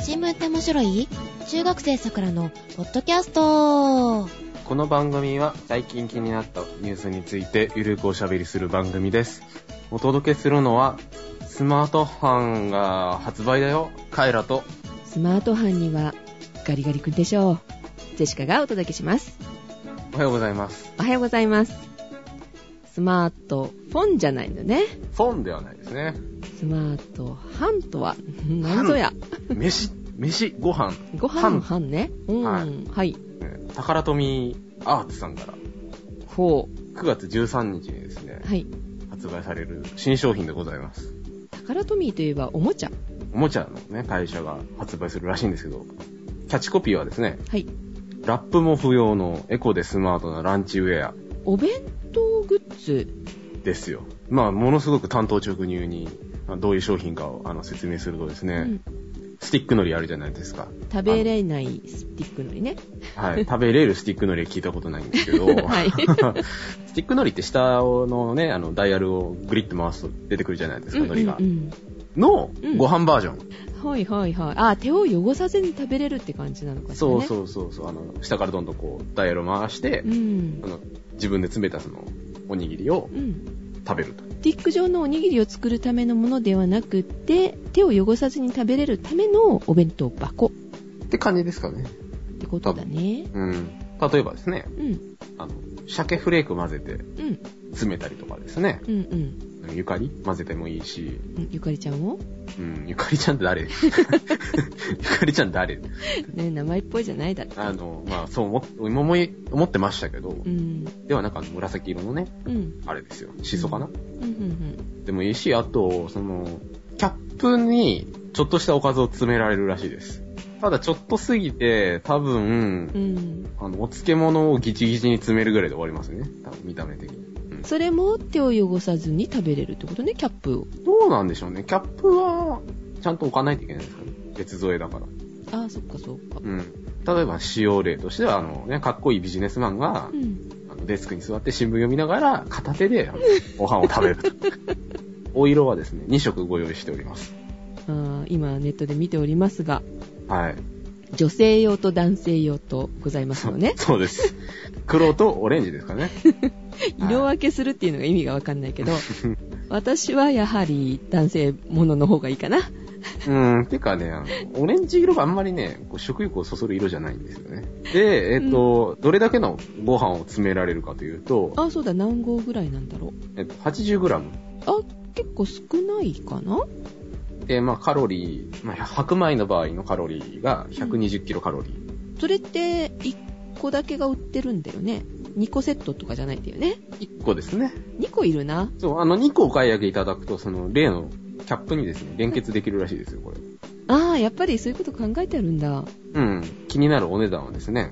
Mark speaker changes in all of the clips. Speaker 1: 新聞って面白い中学生さくらのポッドキャスト
Speaker 2: この番組は最近気になったニュースについてゆるくおしゃべりする番組です。お届けするのはスマートファンが発売だよ。カエラと
Speaker 3: スマートファンにはガリガリ君でしょう。ジェシカがお届けします。
Speaker 2: おはようございます。
Speaker 3: おはようございます。スマートフォンじゃないのね。
Speaker 2: フォンではないですね。
Speaker 3: スマートハンとは、なんぞや。
Speaker 2: 飯、飯、ご飯。
Speaker 3: ご
Speaker 2: ハ
Speaker 3: 飯
Speaker 2: ン
Speaker 3: の飯ね。うん、
Speaker 2: は
Speaker 3: はいい。
Speaker 2: ね宝富アーツさんから
Speaker 3: ほ
Speaker 2: 9月13日にですね
Speaker 3: う。、はい。
Speaker 2: 発売される新商品でございます。
Speaker 3: 宝トミーといえばおもちゃ。
Speaker 2: おもちゃのね、会社が発売するらしいんですけど、キャッチコピーはですね、
Speaker 3: はい。
Speaker 2: ラップも不要のエコでスマートなランチウェア
Speaker 3: お弁当グッズ。
Speaker 2: ですよ。まあ、ものすごく担当直入に、まあどういう商品かをあの説明するとですね、
Speaker 3: うん
Speaker 2: スティック海苔あるじゃないですか。
Speaker 3: 食べれないスティックのりね。
Speaker 2: はい。食べれるスティック海苔聞いたことないんですけど、
Speaker 3: はい。
Speaker 2: スティック海苔って下のね、あの、ダイヤルをグリッと回すと出てくるじゃないですか、
Speaker 3: うんう
Speaker 2: 海苔が。
Speaker 3: ん
Speaker 2: の
Speaker 3: う、ん
Speaker 2: ご飯バージョン。
Speaker 3: うん。はいはいはい。あ、手を汚さずに食べれるって感じなのかしらね。
Speaker 2: そうそうそうそう、あの、下からどんどんこう、ダイヤルを回して、
Speaker 3: うん
Speaker 2: あ。の、自分で詰めたその、おにぎりを
Speaker 3: うん。
Speaker 2: 食べると。
Speaker 3: スティック状のおにぎりを作るためのものではなくて手を汚さずに食べれるためのお弁当箱っ
Speaker 2: って感じですかね。
Speaker 3: てことだね
Speaker 2: うん。例えばですね、
Speaker 3: うん
Speaker 2: あの、鮭フレーク混ぜて
Speaker 3: うん
Speaker 2: 詰めたりとかですね、
Speaker 3: うんうん
Speaker 2: ゆかり混ぜてもいいし、
Speaker 3: うんゆかりちゃんを、
Speaker 2: うん、ゆかりちゃんって 誰ゆかりちゃん誰
Speaker 3: ね、名前っぽいじゃないだって
Speaker 2: あの、まあ、そう思っ今思い、思ってましたけど
Speaker 3: う、ん
Speaker 2: ではなんかあの紫色のね、
Speaker 3: うんうん
Speaker 2: あれですよ、シソかな、
Speaker 3: うんうん
Speaker 2: でもいいし、あと、その、キャップにちょっとしたおかずを詰められるらしいです。ただちょっとすぎて、多分、
Speaker 3: うん
Speaker 2: あの、お漬物をギチギチに詰めるぐらいで終わりますね。多分見た目的に。うん
Speaker 3: それも手を汚さずに食べれるってことねキャップを
Speaker 2: どうなんでしょうね。キャップは、ちゃんと置かないといけないんですかね。別添えだから。
Speaker 3: あそっかそっか
Speaker 2: うん。例えば、使用例としては、あの、ね、かっこいいビジネスマンが
Speaker 3: う、ん
Speaker 2: あのデスクに座って新聞読みながら、片 手で、あのご飯を食べると。お色はですね、2色ご用意しております。
Speaker 3: あー今ネットで見ておりますが
Speaker 2: はい。
Speaker 3: 女性用と男性用とございますよね
Speaker 2: そうです。黒とオレンジですかね。
Speaker 3: 色分けするっていうのが意味がわかんないけ ど私はやはり男性ものの方がいいかな
Speaker 2: うん。てかね、あのオレンジ色があんまりね、こう食欲をそそる色じゃないんですよね。で、えっ、と、どれだけのご飯を詰められるかというと、
Speaker 3: あそうだ何合ぐらいなんだろ
Speaker 2: えっと、80g。
Speaker 3: うあ結構少ないかな
Speaker 2: で、まあカロリー、まあ白米の場合のカロリーが120キロカロリー。
Speaker 3: それって1個だけが売ってるんだよね2個セットとかじゃないんだよね
Speaker 2: 1個ですね。
Speaker 3: 2個いるな
Speaker 2: そう、あの2個お買い上げいただくと、その例のキャップにですね、連結できるらしいですよ、これ。
Speaker 3: あーやっぱりそういうこと考えてあるんだ
Speaker 2: うん。気になるお値段はですね、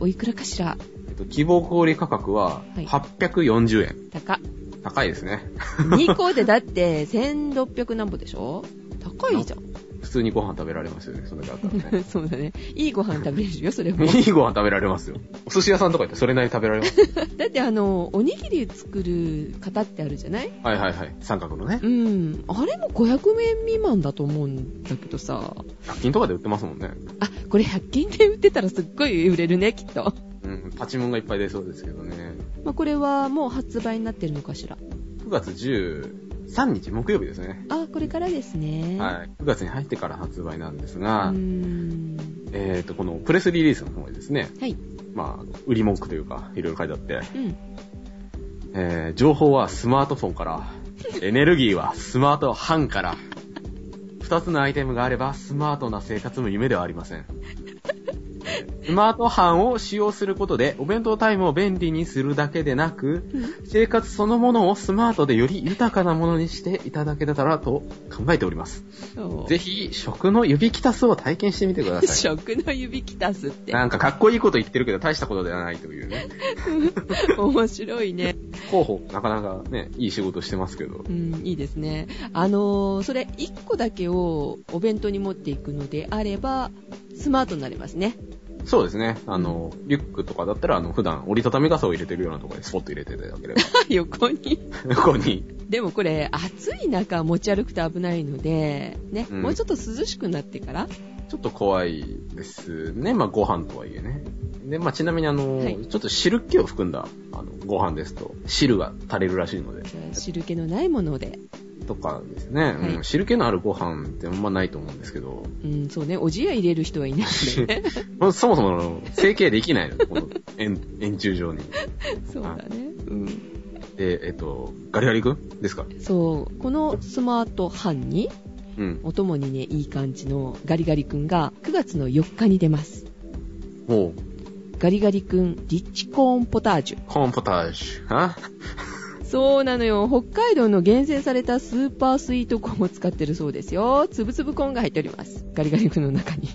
Speaker 3: おいくらかしら
Speaker 2: えっと、希望小売価格は
Speaker 3: はい
Speaker 2: 840円。
Speaker 3: 高
Speaker 2: 高いですね。
Speaker 3: 2個でだって1600何歩でしょ高いじゃん。
Speaker 2: 普通にご飯食べられますよね、それだったらね
Speaker 3: そうだねいいご飯食べれるよそれも
Speaker 2: いいご飯食べられますよ。お寿司屋さんとか行ってそれなりに食べられます。
Speaker 3: だってあのおにぎり作る方ってあるじゃない
Speaker 2: はいはいはい。三角のね。
Speaker 3: うんあれも500円未満だと思うんだけどさ
Speaker 2: 100均とかで売ってますもんね。
Speaker 3: あ、これ100均で売ってたらすっごい売れるね、きっと。
Speaker 2: うん。パチモンがいっぱい出そうですけどね。
Speaker 3: まあ、これはもう発売になってるのかしら。
Speaker 2: 9月13日木曜日ですね。
Speaker 3: あ、これからですね。
Speaker 2: はい。9月に入ってから発売なんです
Speaker 3: う
Speaker 2: が、
Speaker 3: ーん。
Speaker 2: えっ、と、このプレスリリースの方にですね、
Speaker 3: はい。
Speaker 2: まあ、売り文句というか、いろいろ書いてあって、
Speaker 3: うん。
Speaker 2: えー、情報はスマートフォンから、エネルギーはスマートハンから、二つのアイテムがあれば、スマートな生活も夢ではありません。スマートハンを使用することで、お弁当タイムを便利にするだけでなく、生活そのものをスマートでより豊かなものにしていただけたらと考えております。
Speaker 3: そう
Speaker 2: ぜひ、食の指揮タスを体験してみてください。
Speaker 3: 食の指きたす って。
Speaker 2: なんかかっこいいこと言ってるけど大したことではないというね。
Speaker 3: 面白いね。
Speaker 2: 候補、なかなかね、いい仕事してますけど。
Speaker 3: うん、いいですね。あのーそれ1個だけをお弁当に持っていくのであれば、スマートになれますね。
Speaker 2: そうですね。あの、リュックとかだったら、あの、普段折りたたみ傘を入れてるようなところにスポッと入れていただけれ
Speaker 3: 横に。
Speaker 2: ば、ここに。
Speaker 3: でもこれ、暑い中持ち歩くと危ないので、ね、
Speaker 2: うん
Speaker 3: もうちょっと涼しくなってから、
Speaker 2: ちょっと怖いですね。まあ、ご飯とはいえね。で、まあ、ちなみにあの、
Speaker 3: はい
Speaker 2: ちょっと汁気を含んだ、あの、ご飯ですと、汁が垂れるらしいので、
Speaker 3: 汁気のないもので、
Speaker 2: とかですね。
Speaker 3: はい
Speaker 2: うん、汁気のあるご飯ってあんまないと思うんですけど、
Speaker 3: うん、そうね、おじや入れる人はいないん でね。
Speaker 2: まあそもそもあの成形できないので、この円、円柱状に。
Speaker 3: そうだね。うん。
Speaker 2: で、えっと、ガリガリ君ですか
Speaker 3: そう、このスマート班に、
Speaker 2: うん。
Speaker 3: お供にね、いい感じのガリガリ君が9月の4日に出ます。
Speaker 2: もう、
Speaker 3: ガリガリ君、リッチコーンポタージュ。
Speaker 2: コーンポタージュ。あ
Speaker 3: そうなのよ。北海道の厳選されたスーパースイートコーンを使ってるそうですよ。つぶつぶコーンが入っております。ガリガリ君の中に。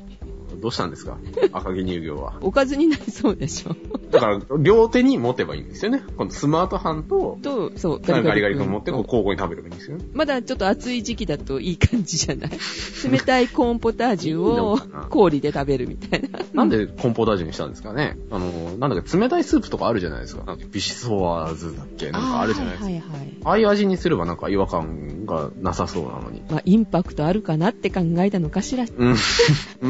Speaker 2: どうしたんですか赤木乳業は。
Speaker 3: おかずになりそうでしょ。
Speaker 2: だから、両手に持てばいいんですよね。このスマートハンと、
Speaker 3: と、そう、
Speaker 2: ガリガリガリ君持って、こう
Speaker 3: と
Speaker 2: 交互に食べればいいんですよね。
Speaker 3: まだちょっと暑い時期だといい感じじ ゃない冷たいコーンポタージュ
Speaker 2: い
Speaker 3: を
Speaker 2: いのかな
Speaker 3: 氷で食べるみたいな。
Speaker 2: なんでコンポタージュにしたんですかねあの、なんだっけ、冷たいスープとかあるじゃないですか。なんかビシソワーズだっけなんかあるじゃないですか。あ,、
Speaker 3: はいはいはい。
Speaker 2: あいう味にすればなんか違和感がなさそうなのに。
Speaker 3: まあ、インパクトあるかなって考えたのかしら。
Speaker 2: う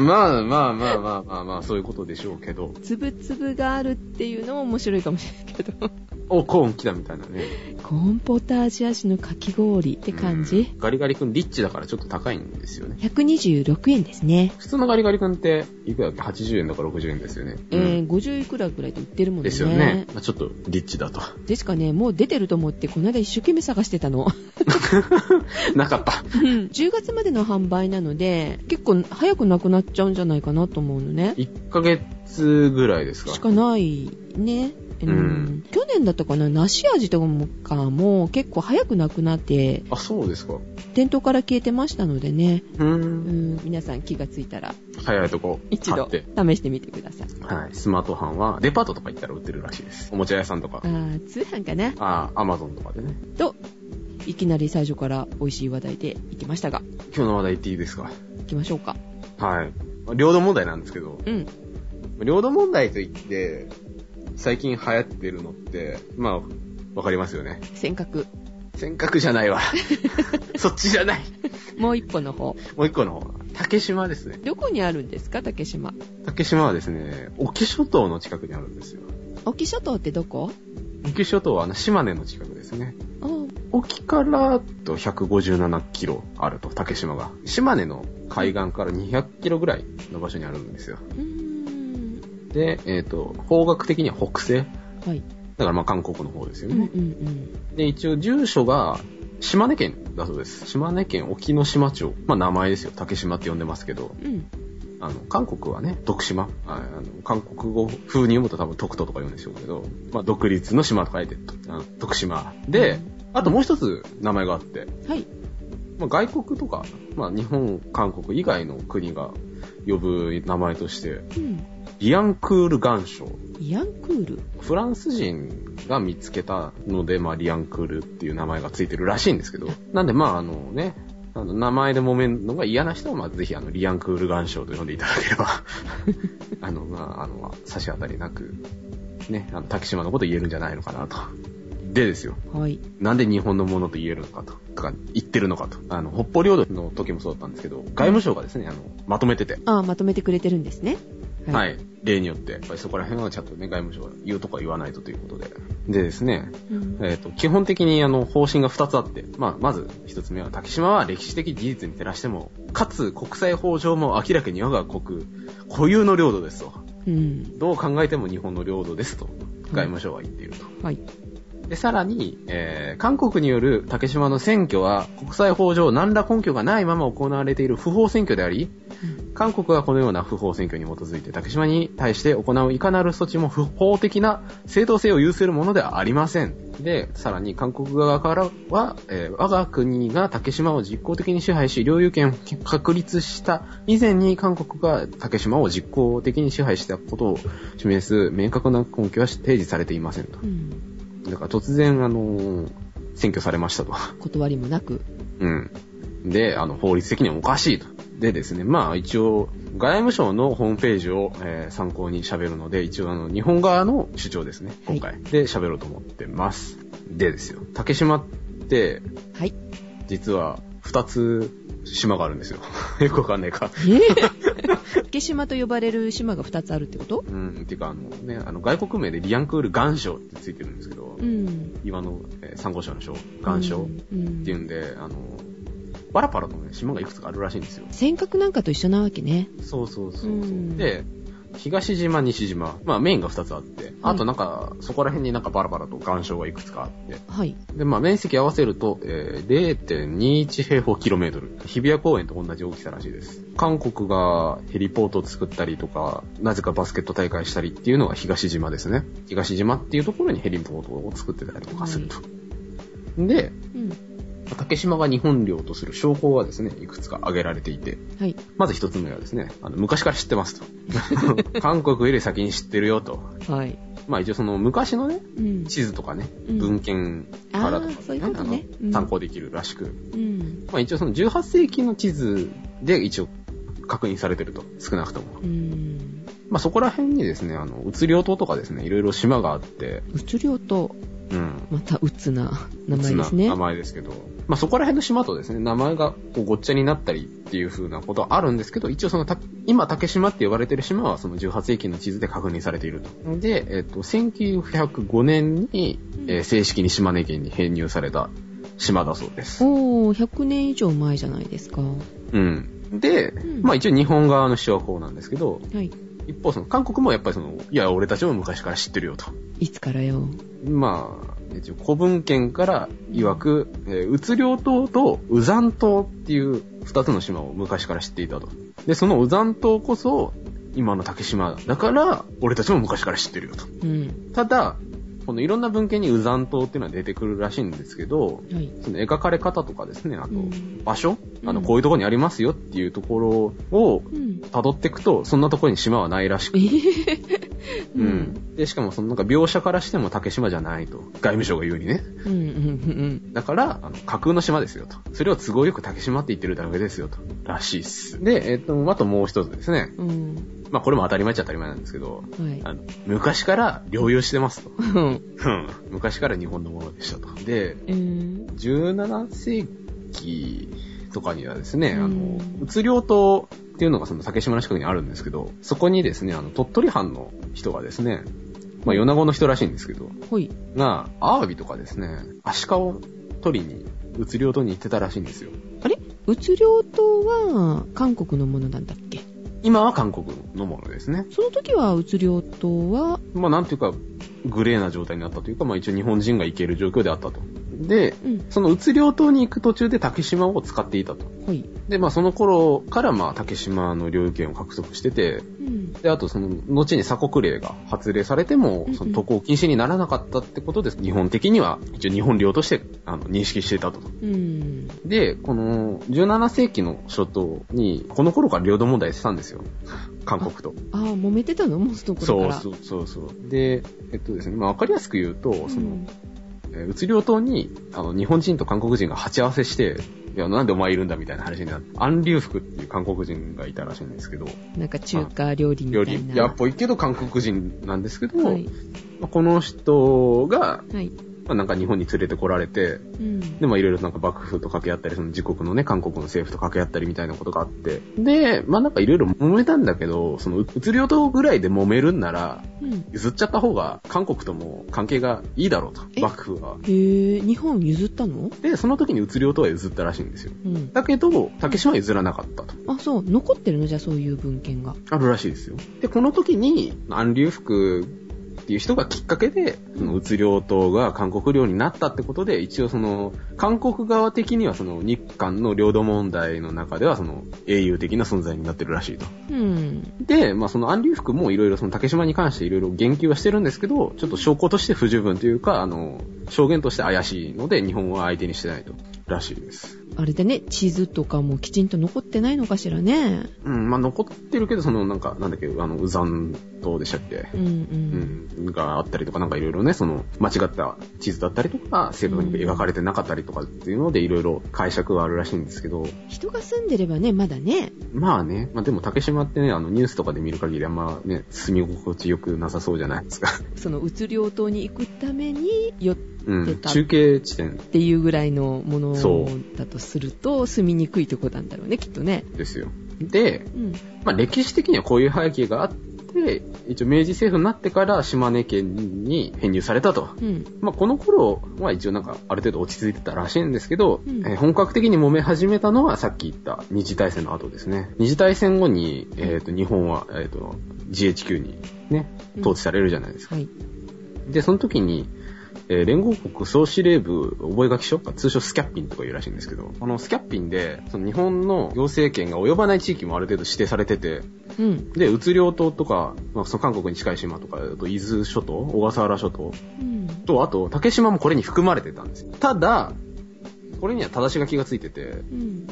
Speaker 2: ん。まあまあまあまあまあまあ、そういうことでしょうけど。
Speaker 3: つぶつぶがあるっていうのも面白いかもしれないけど。
Speaker 2: お、コーン来たみたいなね。
Speaker 3: コーンポタージュ味のかき氷って感じ。
Speaker 2: うんガリガリ君リッチだからちょっと高いんですよね。
Speaker 1: 126円ですね。
Speaker 2: 普通のガリガリ君って、いくらだっけ ?80 円だから60円ですよね。
Speaker 3: えー、50いくらぐらいで売ってるもんね。
Speaker 2: ですよね。まあちょっとリッチだと。
Speaker 3: ですかね、もう出てると思って、この間一生懸命探してたの。
Speaker 2: なかった。
Speaker 3: うん10月までの販売なので、結構早くなくなっちゃうんじゃないかなと思うのね。
Speaker 2: 1ヶ月ぐらいですか。
Speaker 3: しかないね。うん
Speaker 2: うん
Speaker 3: 去年だったかな、梨味とかも結構早くなくなって、
Speaker 2: あ、そうですか。
Speaker 3: 店頭から消えてましたのでね、
Speaker 2: うー。
Speaker 3: うんん、皆さん気がついたら
Speaker 2: 早いとこ。
Speaker 3: 一
Speaker 2: 買
Speaker 3: 度
Speaker 2: って。
Speaker 3: 試してみてください。
Speaker 2: はい。スマートファンは、デパートとか行ったら売ってるらしいです。おもちゃ屋さんとか
Speaker 3: あ。ー通販かな
Speaker 2: ああ、アマゾンとかでね。
Speaker 3: と、いきなり最初から美味しい話題でいきましたが、
Speaker 2: 今日の話題言っていいですか。
Speaker 3: 行きましょうか。
Speaker 2: はい。まあ領土問題なんですけど、
Speaker 3: うん。
Speaker 2: 領土問題といって、最近流行ってるのって、まあ、わかりますよね。
Speaker 3: 尖閣。
Speaker 2: 尖閣じゃ ないわ。そっちじゃない。
Speaker 3: もう一歩の方。
Speaker 2: もう一個の方。竹島ですね。
Speaker 3: どこにあるんですか、竹島。
Speaker 2: 竹島はですね、沖諸島の近くにあるんですよ。
Speaker 3: 沖諸島ってどこ
Speaker 2: 沖諸島はあの島根の近くですね。
Speaker 3: あー
Speaker 2: 沖からと157キロあると、竹島が。島根の海岸から200キロぐらいの場所にあるんですよ。
Speaker 3: うーん。
Speaker 2: で、えっ、と、方角的には北西。
Speaker 3: はい。
Speaker 2: だからまあ韓国の方ですよ
Speaker 3: うんうん
Speaker 2: ね。
Speaker 3: うん。
Speaker 2: で、一応住所が島根県だそうです。島根県沖の島町。まあ名前ですよ。竹島って呼んでますけど、
Speaker 3: うん。
Speaker 2: あの、韓国はね、徳島。ああの韓国語風に読むと多分徳都とか言うんでしょうけど、まあ独立の島と書いて、あの徳島。で、あともう一つ名前があって、
Speaker 3: はい。
Speaker 2: まあ、外国とか、まあ、日本、韓国以外の国が呼ぶ名前として、
Speaker 3: うん。
Speaker 2: ビアンクール岩礁。
Speaker 3: イアンクール。
Speaker 2: フランス人が見つけたので、まあ、リアンクールっていう名前がついてるらしいんですけど、なんで、まあ、あのね、あの、名前で揉めるのが嫌な人は、まあ、ぜひ、あの、リアンクール岩礁と呼んでいただければ、 あの、まあ、あの、差し当たりなく、ね、あの、竹島のこと言えるんじゃないのかなと。でですよ。
Speaker 3: はい。
Speaker 2: なんで日本のものと言えるのかと、か言ってるのかと。あの、北方領土の時もそうだったんですけど、外務省がですね、あの、まとめてて。
Speaker 3: ああ、まとめてくれてるんですね。。
Speaker 2: はいい。例によって、やっぱりそこら辺はちゃんとね、外務省が言うとか言わないとということで。でですね、
Speaker 3: うん
Speaker 2: えっ、と、基本的にあの、方針が2つあって、まあ、まず1つ目は、竹島は歴史的事実に照らしても、かつ国際法上も明らかに我が国、固有の領土ですと。
Speaker 3: うん。
Speaker 2: どう考えても日本の領土ですと、外務省は言っていると。
Speaker 3: はい。
Speaker 2: で、さらに、えー韓国による竹島の選挙は国際法上何ら根拠がないまま行われている不法選挙であり、韓国はこのような不法選挙に基づいて竹島に対して行ういかなる措置も不法的な正当性を有するものではありません。で、さらに韓国側からは、えー我が国が竹島を実効的に支配し、領有権を確立した以前に韓国が竹島を実効的に支配したことを示す明確な根拠は提示されていませんと
Speaker 3: う。ん。
Speaker 2: だから突然、あのー、選挙されましたと。
Speaker 3: 断りもなく。
Speaker 2: うん。で、あの、法律的にはおかしいと。でですね、まあ一応、外務省のホームページを、えー参考に喋るので、一応あの、日本側の主張ですね、今回。で喋ろうと思ってます。でですよ、竹島って、
Speaker 3: はい。
Speaker 2: 実は、二つ島があるんですよ。 よくわかんないか。
Speaker 3: 竹島と呼ばれる島が2つあるってこと
Speaker 2: うん、てかあのね、あの、外国名でリアンクール岩礁ってついてるんですけど、
Speaker 3: うん。
Speaker 2: 岩の、えー、珊瑚礁の礁、岩礁
Speaker 3: うん
Speaker 2: っていうんで、あの、パラパラとね、島がいくつかあるらしいんですよ。
Speaker 3: 尖閣なんかと一緒なわけね。
Speaker 2: そうそうそうそう、
Speaker 3: うん
Speaker 2: で、東島、西島、まあメインが2つあって、あとなんか、そこら辺になんかバラバラと岩礁がいくつかあって、
Speaker 3: はい。
Speaker 2: で、まあ面積合わせると、えー0.21平方キロメートル。日比谷公園と同じ大きさらしいです。韓国がヘリポートを作ったりとか、なぜかバスケット大会したりっていうのが東島ですね。東島っていうところにヘリポートを作ってたりとかすると。で、
Speaker 3: うん。
Speaker 2: 竹島が日本領とする証拠はですね、いくつか挙げられていて、
Speaker 3: はい。
Speaker 2: まず一つ目はですね、あの昔から知ってますと。 韓国より先に知ってるよと。
Speaker 3: はい。
Speaker 2: まあ一応その昔のね、
Speaker 3: うん。
Speaker 2: 地図とかね、
Speaker 3: うん
Speaker 2: 文献からと
Speaker 3: あ
Speaker 2: か、
Speaker 3: ーそういうことね
Speaker 2: あ
Speaker 3: うん
Speaker 2: の参考できるらしく、
Speaker 3: うん。
Speaker 2: まあ一応その18世紀の地図で一応確認されてると、少なくとも。
Speaker 3: うん。
Speaker 2: まあそこら辺にですね、あの、うつりょう島とかですね、いろいろ島があって、
Speaker 3: うつりょうと、
Speaker 2: うん。
Speaker 3: またうつな名前ですね。
Speaker 2: 名前ですけど、まあそこら辺の島とですね、名前がこうごっちゃになったりっていう風なことはあるんですけど、一応そのた、今竹島って呼ばれてる島はその18世紀の地図で確認されていると。で、えっ、と、1905年に、
Speaker 3: うん
Speaker 2: えー正式に島根県に編入された島だそうです。
Speaker 3: おー、100年以上前じゃないですか。は
Speaker 2: うん。で、
Speaker 3: うん
Speaker 2: まあ一応日本側の主張はこうなんですけど、
Speaker 3: い。
Speaker 2: 一方その韓国もやっぱりその、いや、俺たちも昔から知ってるよと。
Speaker 3: いつからよ。
Speaker 2: まあ、一応古文献から曰く、えー、うつりょう島とうざん島っていう二つの島を昔から知っていたと。で、そのうざん島こそ、今の竹島だから、俺たちも昔から知ってるよと。
Speaker 3: うん。
Speaker 2: ただ、このいろんな文献にうざん島っていうのは出てくるらしいんですけど、
Speaker 3: はい。
Speaker 2: その描かれ方とかですね、あと
Speaker 3: うん
Speaker 2: 場所、あの、
Speaker 3: うん
Speaker 2: こういうとこにありますよっていうところを
Speaker 3: うん。
Speaker 2: 辿っていくと、そんなとこに島はないらしく
Speaker 3: え。へへ
Speaker 2: う。ん。で、しかもそのなんか描写からしても竹島じゃないと。外務省が言うにね。
Speaker 3: うん。うん。うん
Speaker 2: だから、あの架空の島ですよと。それを都合よく竹島って言ってるだけですよと。らしいっす。で、えっ、と、あともう一つですね。
Speaker 3: うん。うん。
Speaker 2: まあこれも当たり前っちゃ当たり前なんですけど、
Speaker 3: はい。
Speaker 2: あの昔から領有してますと。
Speaker 3: うん。
Speaker 2: うん昔から日本のものでしたと。で、
Speaker 3: えー
Speaker 2: 17世紀とかにはですね、あ
Speaker 3: うん
Speaker 2: の、うつりょう島っていうのがその竹島の近くにあるんですけど、そこにですね、あの、鳥取藩の人がですね、まあ、米子の人らしいんですけど、
Speaker 3: ほい。
Speaker 2: が、アワビとかですね、アシカを取りに、うつりょう島に行ってたらしいんですよ。
Speaker 3: あれうつりょう島は韓国のものなんだっけ
Speaker 2: 今は韓国のものですね。
Speaker 3: その時はうつりょう島は、
Speaker 2: まあ、なんていうか、グレーな状態になったというか、まあ、一応日本人が行ける状況であったと。で、
Speaker 3: うん。
Speaker 2: そのうつりょう島に行く途中で竹島を使っていたと。
Speaker 3: ほい。
Speaker 2: で、まあ、その頃から、まあ、竹島の領有権を獲得してて、
Speaker 3: うん。
Speaker 2: で、あとその、後に鎖国令が発令されても
Speaker 3: うんうん、
Speaker 2: その渡航禁止にならなかったってことで、日本的には、一応日本領として、あの、認識していたと。
Speaker 3: うん。
Speaker 2: で、この17世紀の初頭に、この頃から領土問題してたんですよ。韓国と。
Speaker 3: ああ、揉めてたのもうその頃
Speaker 2: そ
Speaker 3: か
Speaker 2: う
Speaker 3: ら。
Speaker 2: そううそうそう。で、えっとですね、まあわかりやすく言うと、その
Speaker 3: ん、
Speaker 2: えーうつ領島に、あの、日本人と韓国人が鉢合わせして、いや、なんでお前いるんだみたいな話になって、アンリュウフクっていう韓国人がいたらしいんですけど、
Speaker 3: なんか中華料理みた
Speaker 2: よ
Speaker 3: い
Speaker 2: り、
Speaker 3: な。
Speaker 2: やっぽいけど韓国人なんですけど、
Speaker 3: はい。
Speaker 2: まあこの人が、
Speaker 3: はい。
Speaker 2: まあなんか日本に連れてこられて、
Speaker 3: うん。
Speaker 2: で、まあいろいろなんか幕府と掛け合ったり、その自国のね、韓国の政府と掛け合ったりみたいなことがあって。で、まあなんかいろいろ揉めたんだけど、その、うつりょうとぐらいで揉めるんなら、
Speaker 3: うん。
Speaker 2: 譲っちゃった方が韓国とも関係がいいだろうと
Speaker 3: え、
Speaker 2: 幕府は。
Speaker 3: へえ、日本譲ったの
Speaker 2: で、その時にうつりょうとは譲ったらしいんですよ。
Speaker 3: うん。
Speaker 2: だけど、竹島は譲らなかったと。
Speaker 3: あ、そう。残ってるのじゃあそういう文献が。
Speaker 2: あるらしいですよ。で、この時に、安流福っていう人がきっかけで、その、うつ領島が韓国領になったってことで、一応その、韓国側的にはその、日韓の領土問題の中では、その、英雄的な存在になってるらしいと。
Speaker 3: うん。
Speaker 2: で、まあその安流福もいろいろその竹島に関していろいろ言及はしてるんですけど、ちょっと証拠として不十分というか、あの、証言として怪しいので、日本は相手にしてないと。らしいです。
Speaker 3: あれでね、地図とかもきちんと残ってないのかしらね。
Speaker 2: うん、まあ残ってるけど、その、なんか、なんだっけ、あの、うざんトでしたっけ
Speaker 3: うんうん。
Speaker 2: うん、があったりとか、なんかいろいろね、その、間違った地図だったりとか、正確に描かれてなかったりとかっていうので、いろいろ解釈があるらしいんですけど、
Speaker 3: 人が住んでればね、まだね。
Speaker 2: まあね、まあでも竹島ってね、あのニュースとかで見る限りあんまね、住み心地よくなさそうじゃないで すか。
Speaker 3: その、うつりょう島に行くために寄っ
Speaker 2: う
Speaker 3: 出
Speaker 2: ん、
Speaker 3: た
Speaker 2: 中継地点
Speaker 3: ていうぐらいのもの
Speaker 2: そ
Speaker 3: だとすると、住みにくいとこなんだろうね、きっとね。
Speaker 2: ですよ。で、
Speaker 3: うん。
Speaker 2: まあ歴史的にはこういう背景があって、一応明治政府になってから島根県に編入されたと。
Speaker 3: うん。
Speaker 2: まあ、この頃は一応なんかある程度落ち着いてたらしいんですけど、
Speaker 3: うん
Speaker 2: えー本格的に揉め始めたのはさっき言った二次大戦の後ですね。二次大戦後に、えー、と日本は、えー、と GHQ にね、統治されるじゃないですか。
Speaker 3: はい。
Speaker 2: で、その時に、えー連合国総司令部覚書書通称スキャッピンとか言うらしいんですけど、あのスキャッピンで、その日本の行政権が及ばない地域もある程度指定されてて、
Speaker 3: うん。
Speaker 2: で、うつりょう島とか、まあ、その韓国に近い島とか、あと伊豆諸島、小笠原諸島、
Speaker 3: うん。
Speaker 2: と、あと、竹島もこれに含まれてたんですよ。ただ、これには正し書きがついてて、
Speaker 3: うん。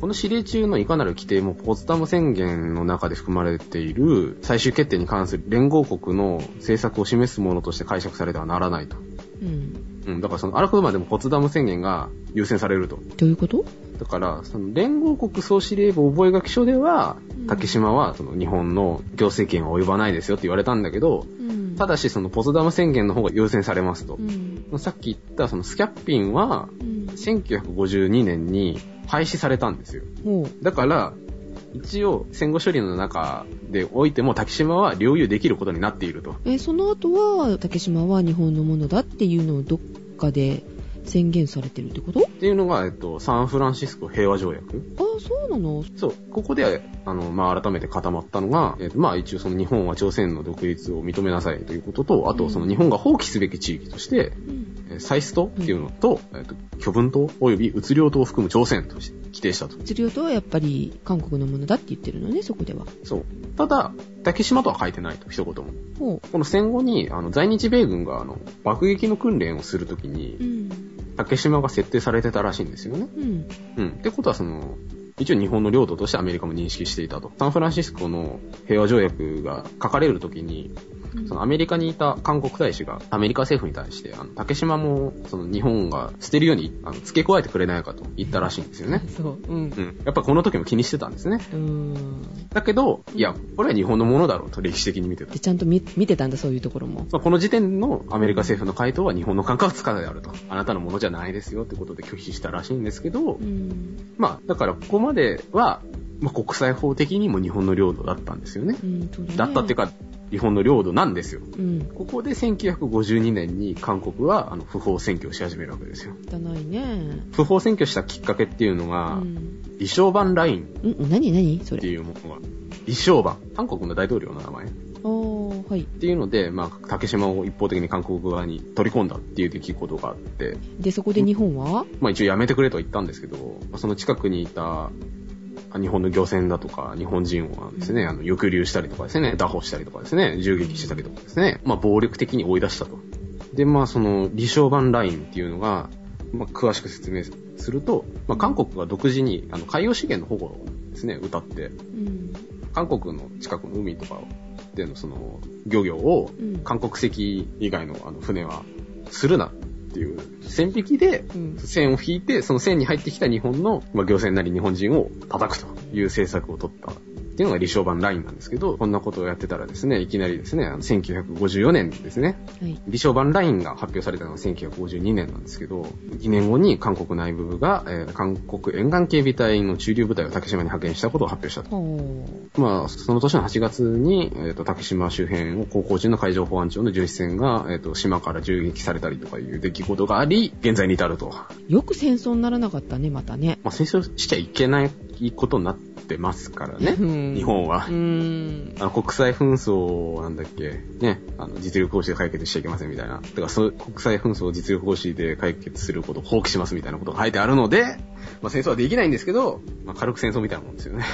Speaker 2: この指令中のいかなる規定もポツダム宣言の中で含まれている最終決定に関する連合国の政策を示すものとして解釈されてはならないと。
Speaker 3: うん。
Speaker 2: うん、だからその、あらくまでもポツダム宣言が優先されると。
Speaker 3: どういうこと
Speaker 2: だから、その、連合国総司令部覚書では
Speaker 3: うん、
Speaker 2: 竹島はその日本の行政権は及ばないですよって言われたんだけど
Speaker 3: う、ん
Speaker 2: ただしそのポツダム宣言の方が優先されますと
Speaker 3: う。ん。
Speaker 2: さっき言ったそのスキャッピンは
Speaker 3: うん。
Speaker 2: 1952年に廃止されたんですよ。
Speaker 3: ほう。
Speaker 2: だから、一応戦後処理の中でおいても滝島は領有できることになっていると。
Speaker 3: えーその後は竹島は日本のものだっていうのをどっかで宣言されてるってこと
Speaker 2: っていうのが、えっと、サンフランシスコ平和条約。
Speaker 3: ああそうなの
Speaker 2: そう。ここで、あの、まあ、改めて固まったのが、えっと、まあ、一応その日本は朝鮮の独立を認めなさいということと、あ
Speaker 3: う
Speaker 2: と
Speaker 3: ん
Speaker 2: その日本が放棄すべき地域として、
Speaker 3: うん
Speaker 2: えーサイス島っていうのと、えっと、巨文島及びうつ領島を含む朝鮮として規定したと。
Speaker 3: 釣りとはやっぱり韓国のものだって言ってるのねそこでは
Speaker 2: そう。ただ、竹島とは書いてないと、一言も。
Speaker 3: ほ
Speaker 2: この戦後に、あの、在日米軍が、あの、爆撃の訓練をするとき
Speaker 3: うう
Speaker 2: に、
Speaker 3: ん
Speaker 2: 竹島が設定されてたらしいんですよね。
Speaker 3: うん
Speaker 2: うん。ってことは、その、一応日本の領土としてアメリカも認識していたと。サンフランシスコの平和条約が書かれるときに、そのアメリカにいた韓国大使がアメリカ政府に対して、あの、竹島も、その日本が捨てるように、あの、付け加えてくれないかと言ったらしいんですよね。
Speaker 3: そううん
Speaker 2: うん。やっぱこの時も気にしてたんですね。
Speaker 3: うーん
Speaker 2: だけど、いや、これは日本のものだろうと歴史的に見てた
Speaker 3: で。ちゃんと見見てたんだそういうところも
Speaker 2: まあこの時点のアメリカ政府の回答は日本の感覚はつかないであると。あなたのものじゃないですよってことで拒否したらしいんですけど
Speaker 3: う、ん
Speaker 2: まあ、だからここまでは、まあ、国際法的にも日本の領土だったんですよね。
Speaker 3: うんそうだね
Speaker 2: だったっていうか、日本の領土なんですよ。
Speaker 3: うん
Speaker 2: ここで1952年に韓国はあの不法占拠をし始めるわけですよ。
Speaker 3: 汚いね
Speaker 2: 不法占拠したきっかけっていうの
Speaker 3: う
Speaker 2: が、
Speaker 3: ん
Speaker 2: 李承晩ライン
Speaker 3: うん何何そ
Speaker 2: って
Speaker 3: れ
Speaker 2: いうものが、李承晩、韓国の大統領の名前っ
Speaker 3: ああはい
Speaker 2: ていうので、まあ、竹島を一方的に韓国側に取り込んだっていう出来事があって、
Speaker 3: でそこで日本は
Speaker 2: まあ一応やめてくれとは言ったんですけど、まあその近くにいたあ日本の漁船だとか、日本人をですね、あの、抑留したりとかですね、打破したりとかですね、銃撃したりとかですね、まあ暴力的に追い出したと。で、まあその、理想版ラインっていうのが、まあ詳しく説明すると、まあ韓国が独自に、あの、海洋資源の保護をですね、歌って、
Speaker 3: うん
Speaker 2: 韓国の近くの海とかでのその、漁業を
Speaker 3: うん
Speaker 2: 韓国籍以外のあの船はするなっていう線引きで
Speaker 3: うん
Speaker 2: 線を引いて、その線に入ってきた日本の、まあ、漁船なり日本人を叩くという政策を取った。っていうのが理想版ラインなんですけど、こんなことをやってたらですね、いきなりですね、あの1954年ですね、
Speaker 3: はい
Speaker 2: 理想版ラインが発表されたのが1952年なんですけど、2年後に韓国内部部が、えー韓国沿岸警備隊の駐留部隊を竹島に派遣したことを発表したと。
Speaker 3: ほ
Speaker 2: まあ、その年の8月に、えっ、と、竹島周辺を航行中の海上保安庁の巡視船が、えっ、と、島から銃撃されたりとかいう出来事があり、現在に至ると。
Speaker 3: うよく戦争にならなかったねまたね
Speaker 2: まあ、戦争しちゃいけないことになってますからね、
Speaker 3: うん
Speaker 2: 日本は
Speaker 3: う。ーん
Speaker 2: あの国際紛争なんだっけ、ね、あの実力行使で解決しちゃいけませんみたいな。だからそう国際紛争を実力行使で解決することを放棄しますみたいなことが書いてあるので、まあ、戦争はできないんですけど、まあ、軽く戦争みたいなもんですよね。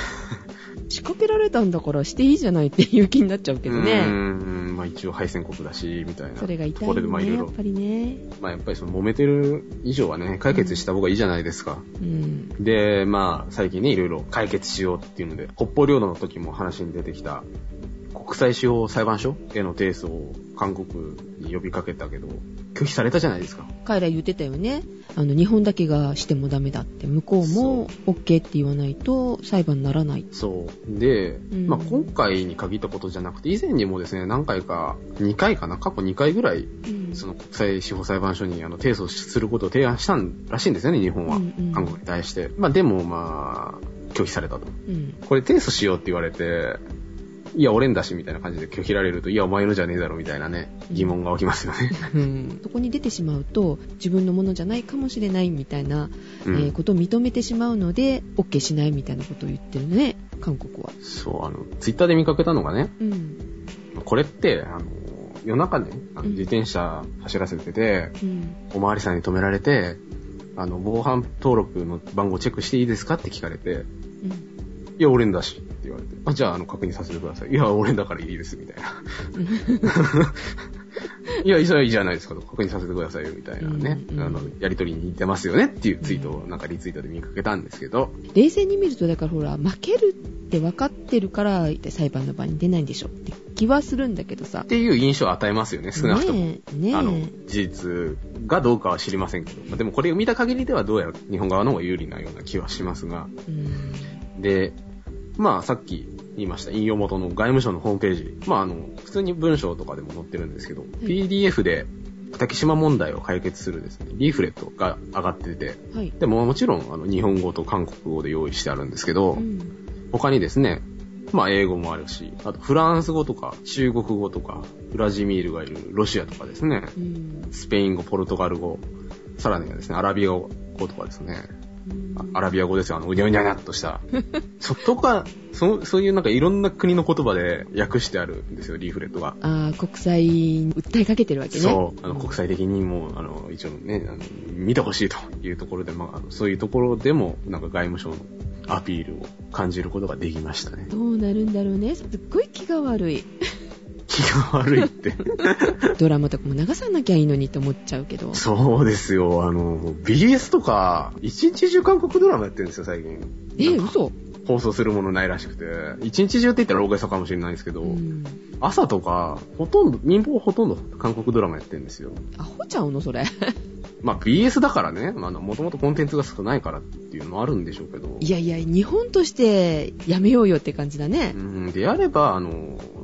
Speaker 3: 仕掛けられたんだからしていいじゃないっていう気になっちゃうけど
Speaker 2: うー
Speaker 3: ね。
Speaker 2: ん、まあ一応敗戦国だし、みたいな。
Speaker 3: それが痛
Speaker 2: とこ
Speaker 3: い
Speaker 2: ろでまあいろ
Speaker 3: ね、
Speaker 2: い
Speaker 3: や
Speaker 2: ろ
Speaker 3: っぱりね。
Speaker 2: まあやっぱりその揉めてる以上はね、解決した方がいいじゃないですか。
Speaker 3: うん。
Speaker 2: で、まあ、最近ね、いろいろ解決しようっていうので、北方領土の時も話に出てきた、国際司法裁判所への提訴を韓国に呼びかけたけど、拒否されたじゃないですか。
Speaker 3: 彼ら言ってたよね。あの、日本だけがしてもダメだって、向こうも OK って言わないと裁判にならない。
Speaker 2: そう。で、
Speaker 3: ん
Speaker 2: まあ、今回に限ったことじゃなくて、以前にもですね、何回か、2回かな、過去2回ぐらい、
Speaker 3: うん
Speaker 2: その国際司法裁判所にあの提訴することを提案したんらしいんですよね、日本は。
Speaker 3: うんうん
Speaker 2: 韓国に対して。まあ、でも、まあ、拒否されたと。
Speaker 3: うん。
Speaker 2: これ提訴しようって言われて、いや、俺んだし、みたいな感じで拒否られると、いや、お前のじゃねえだろ、みたいなね、疑問が起きますよ ね。
Speaker 3: うんそこに出てしまうと自分のものじゃないかもしれないみたいな、
Speaker 2: うん
Speaker 3: えーことを認めてしまうので OK しないみたいなことを言ってるね韓国は。
Speaker 2: そう、あの、ツイッターで見かけたのがね、
Speaker 3: うん
Speaker 2: これって、あの、夜中ね、あ
Speaker 3: う
Speaker 2: の
Speaker 3: ん
Speaker 2: 自転車走らせてて、
Speaker 3: うん
Speaker 2: おまわりさんに止められて、あの、防犯登録の番号チェックしていいですかって聞かれて、
Speaker 3: うん
Speaker 2: いや、俺んだし、って言われて、あ、じゃあ、あの、確認させてください。いや、俺んだからいいです、みたい な。いや、いいじゃないですかと、確認させてくださいよ、みたいなね、
Speaker 3: うんうん
Speaker 2: あの、やりとりに似てますよねっていうツイートを、なんかリツイートで見かけたんですけど、
Speaker 3: 冷静に見るとだからほら負けるって分かってるから裁判の場に出ないんでしょって気はするんだけどさ
Speaker 2: っ。ていう印象を与えますよね、少なくとも。
Speaker 3: ねえねえ
Speaker 2: あの、事実がどうかは知りませんけど、まあでもこれを見た限りではどうやら日本側の方が有利なような気はしますが、
Speaker 3: うん
Speaker 2: で、まあさっき言いました引用元の外務省のホームページ、まああの、普通に文章とかでも載ってるんですけど、PDF で竹島問題を解決するですね、リーフレットが上がってて、
Speaker 3: はい
Speaker 2: でももちろんあの日本語と韓国語で用意してあるんですけど、
Speaker 3: うん
Speaker 2: 他にですね、まあ英語もあるし、あとフランス語とか中国語とか、ブラジミールがいるロシアとかですね、
Speaker 3: うん
Speaker 2: スペイン語、ポルトガル語、さらにはですね、アラビア語とかですね、あアラビア語ですよ、あの、うにゃうにゃうにゃっと した。そ、とか、そう、そういうなんかいろんな国の言葉で 訳してあるんですよ、リーフレットが。
Speaker 3: あー国際に訴えかけてるわけね。
Speaker 2: そう、あの、国際的にも、あの、一応ね、あの見てほしいというところで、まああの、そういうところでも、なんか外務省のアピールを感じることができ ましたね。
Speaker 3: どうなるんだろうね。すっごい気が悪い。
Speaker 2: 気が悪いって。
Speaker 3: ドラマとかも流さなきゃいいのにって思っちゃうけど。
Speaker 2: そうですよ、あの、BS とか、一日中韓国ドラマやってるんですよ、最近。
Speaker 3: え、
Speaker 2: なんか
Speaker 3: 嘘
Speaker 2: 放送するものないらしくて、一日中って言ったら大げさかもしれないんですけど、
Speaker 3: うん。
Speaker 2: 朝とか、ほとんど、民放ほとんど韓国ドラマやってるんですよ。
Speaker 3: アホちゃうのそれ。
Speaker 2: まあ BS だからね、まあもともとコンテンツが少ないからっていうのもあるんでしょうけど、
Speaker 3: いやいや、日本としてやめようよって感じだね
Speaker 2: う。ん、であれば、あの、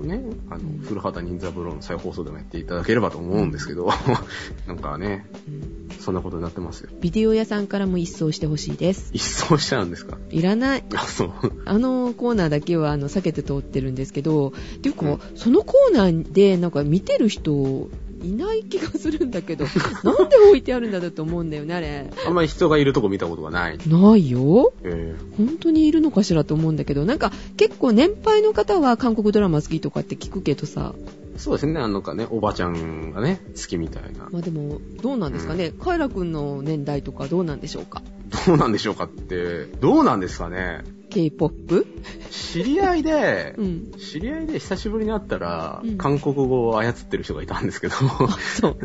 Speaker 2: ね、あ
Speaker 3: うん
Speaker 2: の、古畑任三郎の再放送でもやっていただければと思うんですけど、 なんかね、
Speaker 3: うん
Speaker 2: そんなことになってますよ。
Speaker 3: ビデオ屋さんからも一掃してほしいです。
Speaker 2: 一掃しちゃうんですか
Speaker 3: いらない。
Speaker 2: あ、そう。
Speaker 3: あのコーナーだけはあの避けて通ってるんですけど、っていうか、
Speaker 2: うん
Speaker 3: そのコーナーでなんか見てる人いない気がするんだ けど、なんで置いてあるんだろうと思うんだよね、あれ。
Speaker 2: あんまり人がいるとこ見たことがない。
Speaker 3: ないよ。
Speaker 2: え
Speaker 3: 本当にいるのかしらと思うんだけど、なんか結構年配の方は韓国ドラマ好きとかって聞くけどさ、
Speaker 2: ーそうですね、あのかね、おばちゃんがね、好きみたいな。
Speaker 3: まあでもどうなんですかね、カイラ君の年代とかどうなんでしょうか
Speaker 2: どうなんでしょうかって、どうなんですかね。
Speaker 3: ?K-POP?
Speaker 2: 知り合いで
Speaker 3: う、ん。
Speaker 2: 知り合いで久しぶりに会ったら、
Speaker 3: うん
Speaker 2: 韓国語を操ってる人がいたんです けど、
Speaker 3: そう。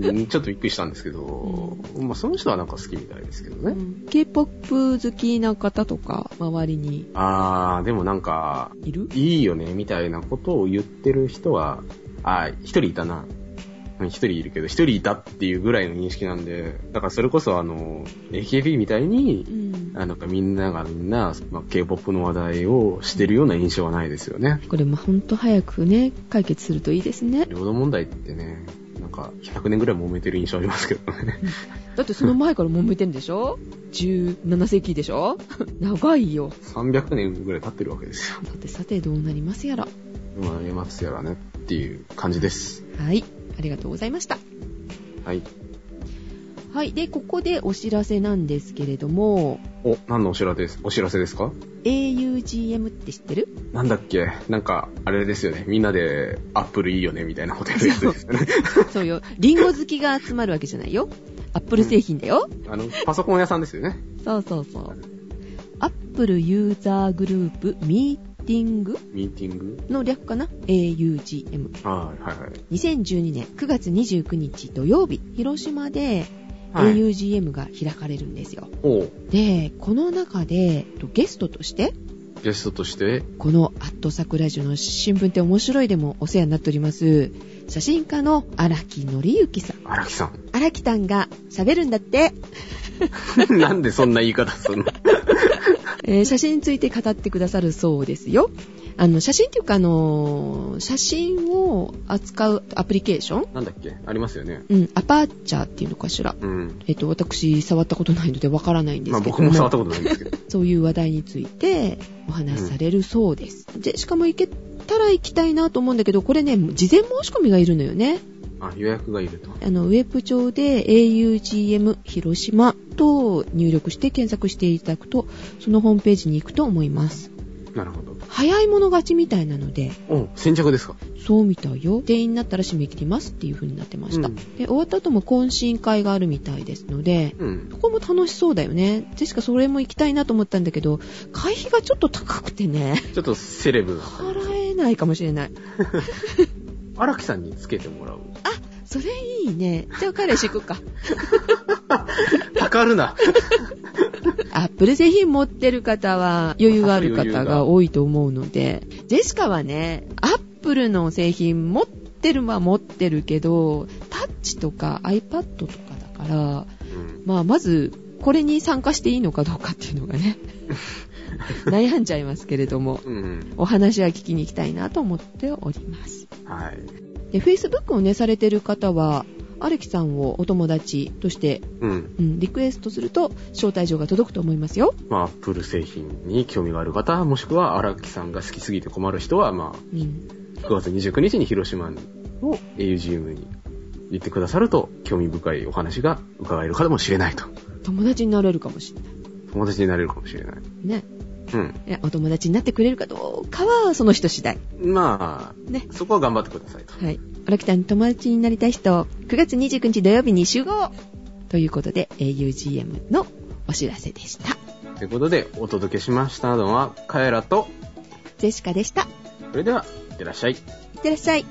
Speaker 2: うんちょっとびっくりしたんですけど、まあその人はなんか好きみたいですけどね。
Speaker 3: K-POP 好きな方とか周りに
Speaker 2: あー、でもなんか、
Speaker 3: いる
Speaker 2: いいよね、みたいなことを言ってる人は、あー、一人いたな。うん一人いるけど、一人いたっていうぐらいの認識なんで、だからそれこそあの、AKB みたいに
Speaker 3: う、ん。
Speaker 2: あなんかみんながみんな、まあ、K-POP の話題をしてるような印象はないですよね。
Speaker 3: これもほんと早くね、解決するといいですね。
Speaker 2: 領土問題ってね、なんか100年ぐらい揉めてる印象ありますけどね。
Speaker 3: だってその前から揉めてんでしょ ?17 世紀でしょ 長いよ。
Speaker 2: 300年ぐらい経ってるわけですよ。
Speaker 3: さてさてどうなりますやら。
Speaker 2: まあ、えますやらねっていう感じです。
Speaker 3: はい。ありがとうございました。
Speaker 2: はい。
Speaker 3: はい。で、ここでお知らせなんですけれども、
Speaker 2: お、何のお知らせですお知らせですか
Speaker 3: augm って知ってる
Speaker 2: なんだっけなんか、あれですよね。みんなで、アップルいいよねみたいなことやるやつですよね。
Speaker 3: そうよ。リンゴ好きが集まるわけじゃないよ。アップル製品だよ。
Speaker 2: あの、パソコン屋さんですよね。
Speaker 3: そうそうそう。アップルユーザーグループミーティング
Speaker 2: ミーティング
Speaker 3: の略かな ?augm。
Speaker 2: はい、はい、はい。
Speaker 3: 2012年9月29日土曜日、広島で
Speaker 2: はい
Speaker 3: augm が開かれるんですよ。
Speaker 2: おう
Speaker 3: で、この中で、えっとゲストとして、
Speaker 2: ゲストとして、
Speaker 3: この「アットサクラジオの新聞って面白い」でもお世話になっております写真家の荒木紀之さん
Speaker 2: 荒木さ ん。
Speaker 3: 荒木さんが喋るんだって、
Speaker 2: なんでそんな言い方すんの
Speaker 3: えー写真について語ってくださるそうですよあの写真っていうかあのー写真を扱うアプリケーション
Speaker 2: なんだっけありますよね。
Speaker 3: うんアパーチャーっていうのかしら
Speaker 2: うん。
Speaker 3: えっと私触ったことないのでわからないんで
Speaker 2: まあ
Speaker 3: すけど
Speaker 2: 僕も触ったことないんですけど。
Speaker 3: そういう話題についてお話しされるそうです。で、しかも行けたら行きたいなと思うんだけど、これね、事前申し込みがいるのよね。
Speaker 2: あ、予約がいると。
Speaker 3: あの、ウェブ上で augm 広島と入力して検索していただくと、そのホームページに行くと思います。
Speaker 2: なるほど。
Speaker 3: 早い者勝ちみたいなので、
Speaker 2: お先着ですか
Speaker 3: そうみたいよ。定員になったら締め切りますっていう風になってました。
Speaker 2: うん
Speaker 3: で、終わった後も懇親会があるみたいですので、
Speaker 2: うん。
Speaker 3: ここも楽しそうだよね。ジェシカそれも行きたいなと思ったんだけど、会費がちょっと高くてね。
Speaker 2: ちょっとセレブな感じ。
Speaker 3: 払えないかもしれない。
Speaker 2: 荒木さんにつけてもらう。
Speaker 3: それいいね。じゃあ彼氏行くか。
Speaker 2: たかるな。
Speaker 3: アップル製品持ってる方は余裕がある
Speaker 2: 余裕
Speaker 3: 方
Speaker 2: が
Speaker 3: が多いと思うので、ジェシカはね、アップルの製品持ってるは持ってるけど、タッチとか iPad とかだから、
Speaker 2: うん。
Speaker 3: まあまず、これに参加していいのかどうかっていうのがね、悩んじゃいますけれども、
Speaker 2: うん。
Speaker 3: お話は聞きに行きたいなと思っております。
Speaker 2: はい。
Speaker 3: で、Facebook をね、されてる方は、アレキさんをお友達として、
Speaker 2: うん。
Speaker 3: うん、リクエストすると、招待状が届くと思いますよ。
Speaker 2: まあ、アップル製品に興味がある方、もしくは荒木さんが好きすぎて困る人は、ま
Speaker 3: うん。
Speaker 2: あ、9月29日に広島の AUGM に行ってくださると、興味深いお話が伺えるかもしれないと。
Speaker 3: 友達になれるかもしれない。
Speaker 2: 友達になれるかもしれない。
Speaker 3: ね。
Speaker 2: うん。
Speaker 3: えお友達になってくれるかどうかは、その人次第。
Speaker 2: ま
Speaker 3: ね。
Speaker 2: あ、そこは頑張ってくださいと。
Speaker 3: はい。荒木さんに友達になりたい人、9月29日土曜日に集合ということで、augm のお知らせでした。
Speaker 2: ということで、お届けしましたのは、カエラと、
Speaker 3: ジェシカでした。い
Speaker 2: それでは、いってらっしゃい。
Speaker 3: ってらっしゃい。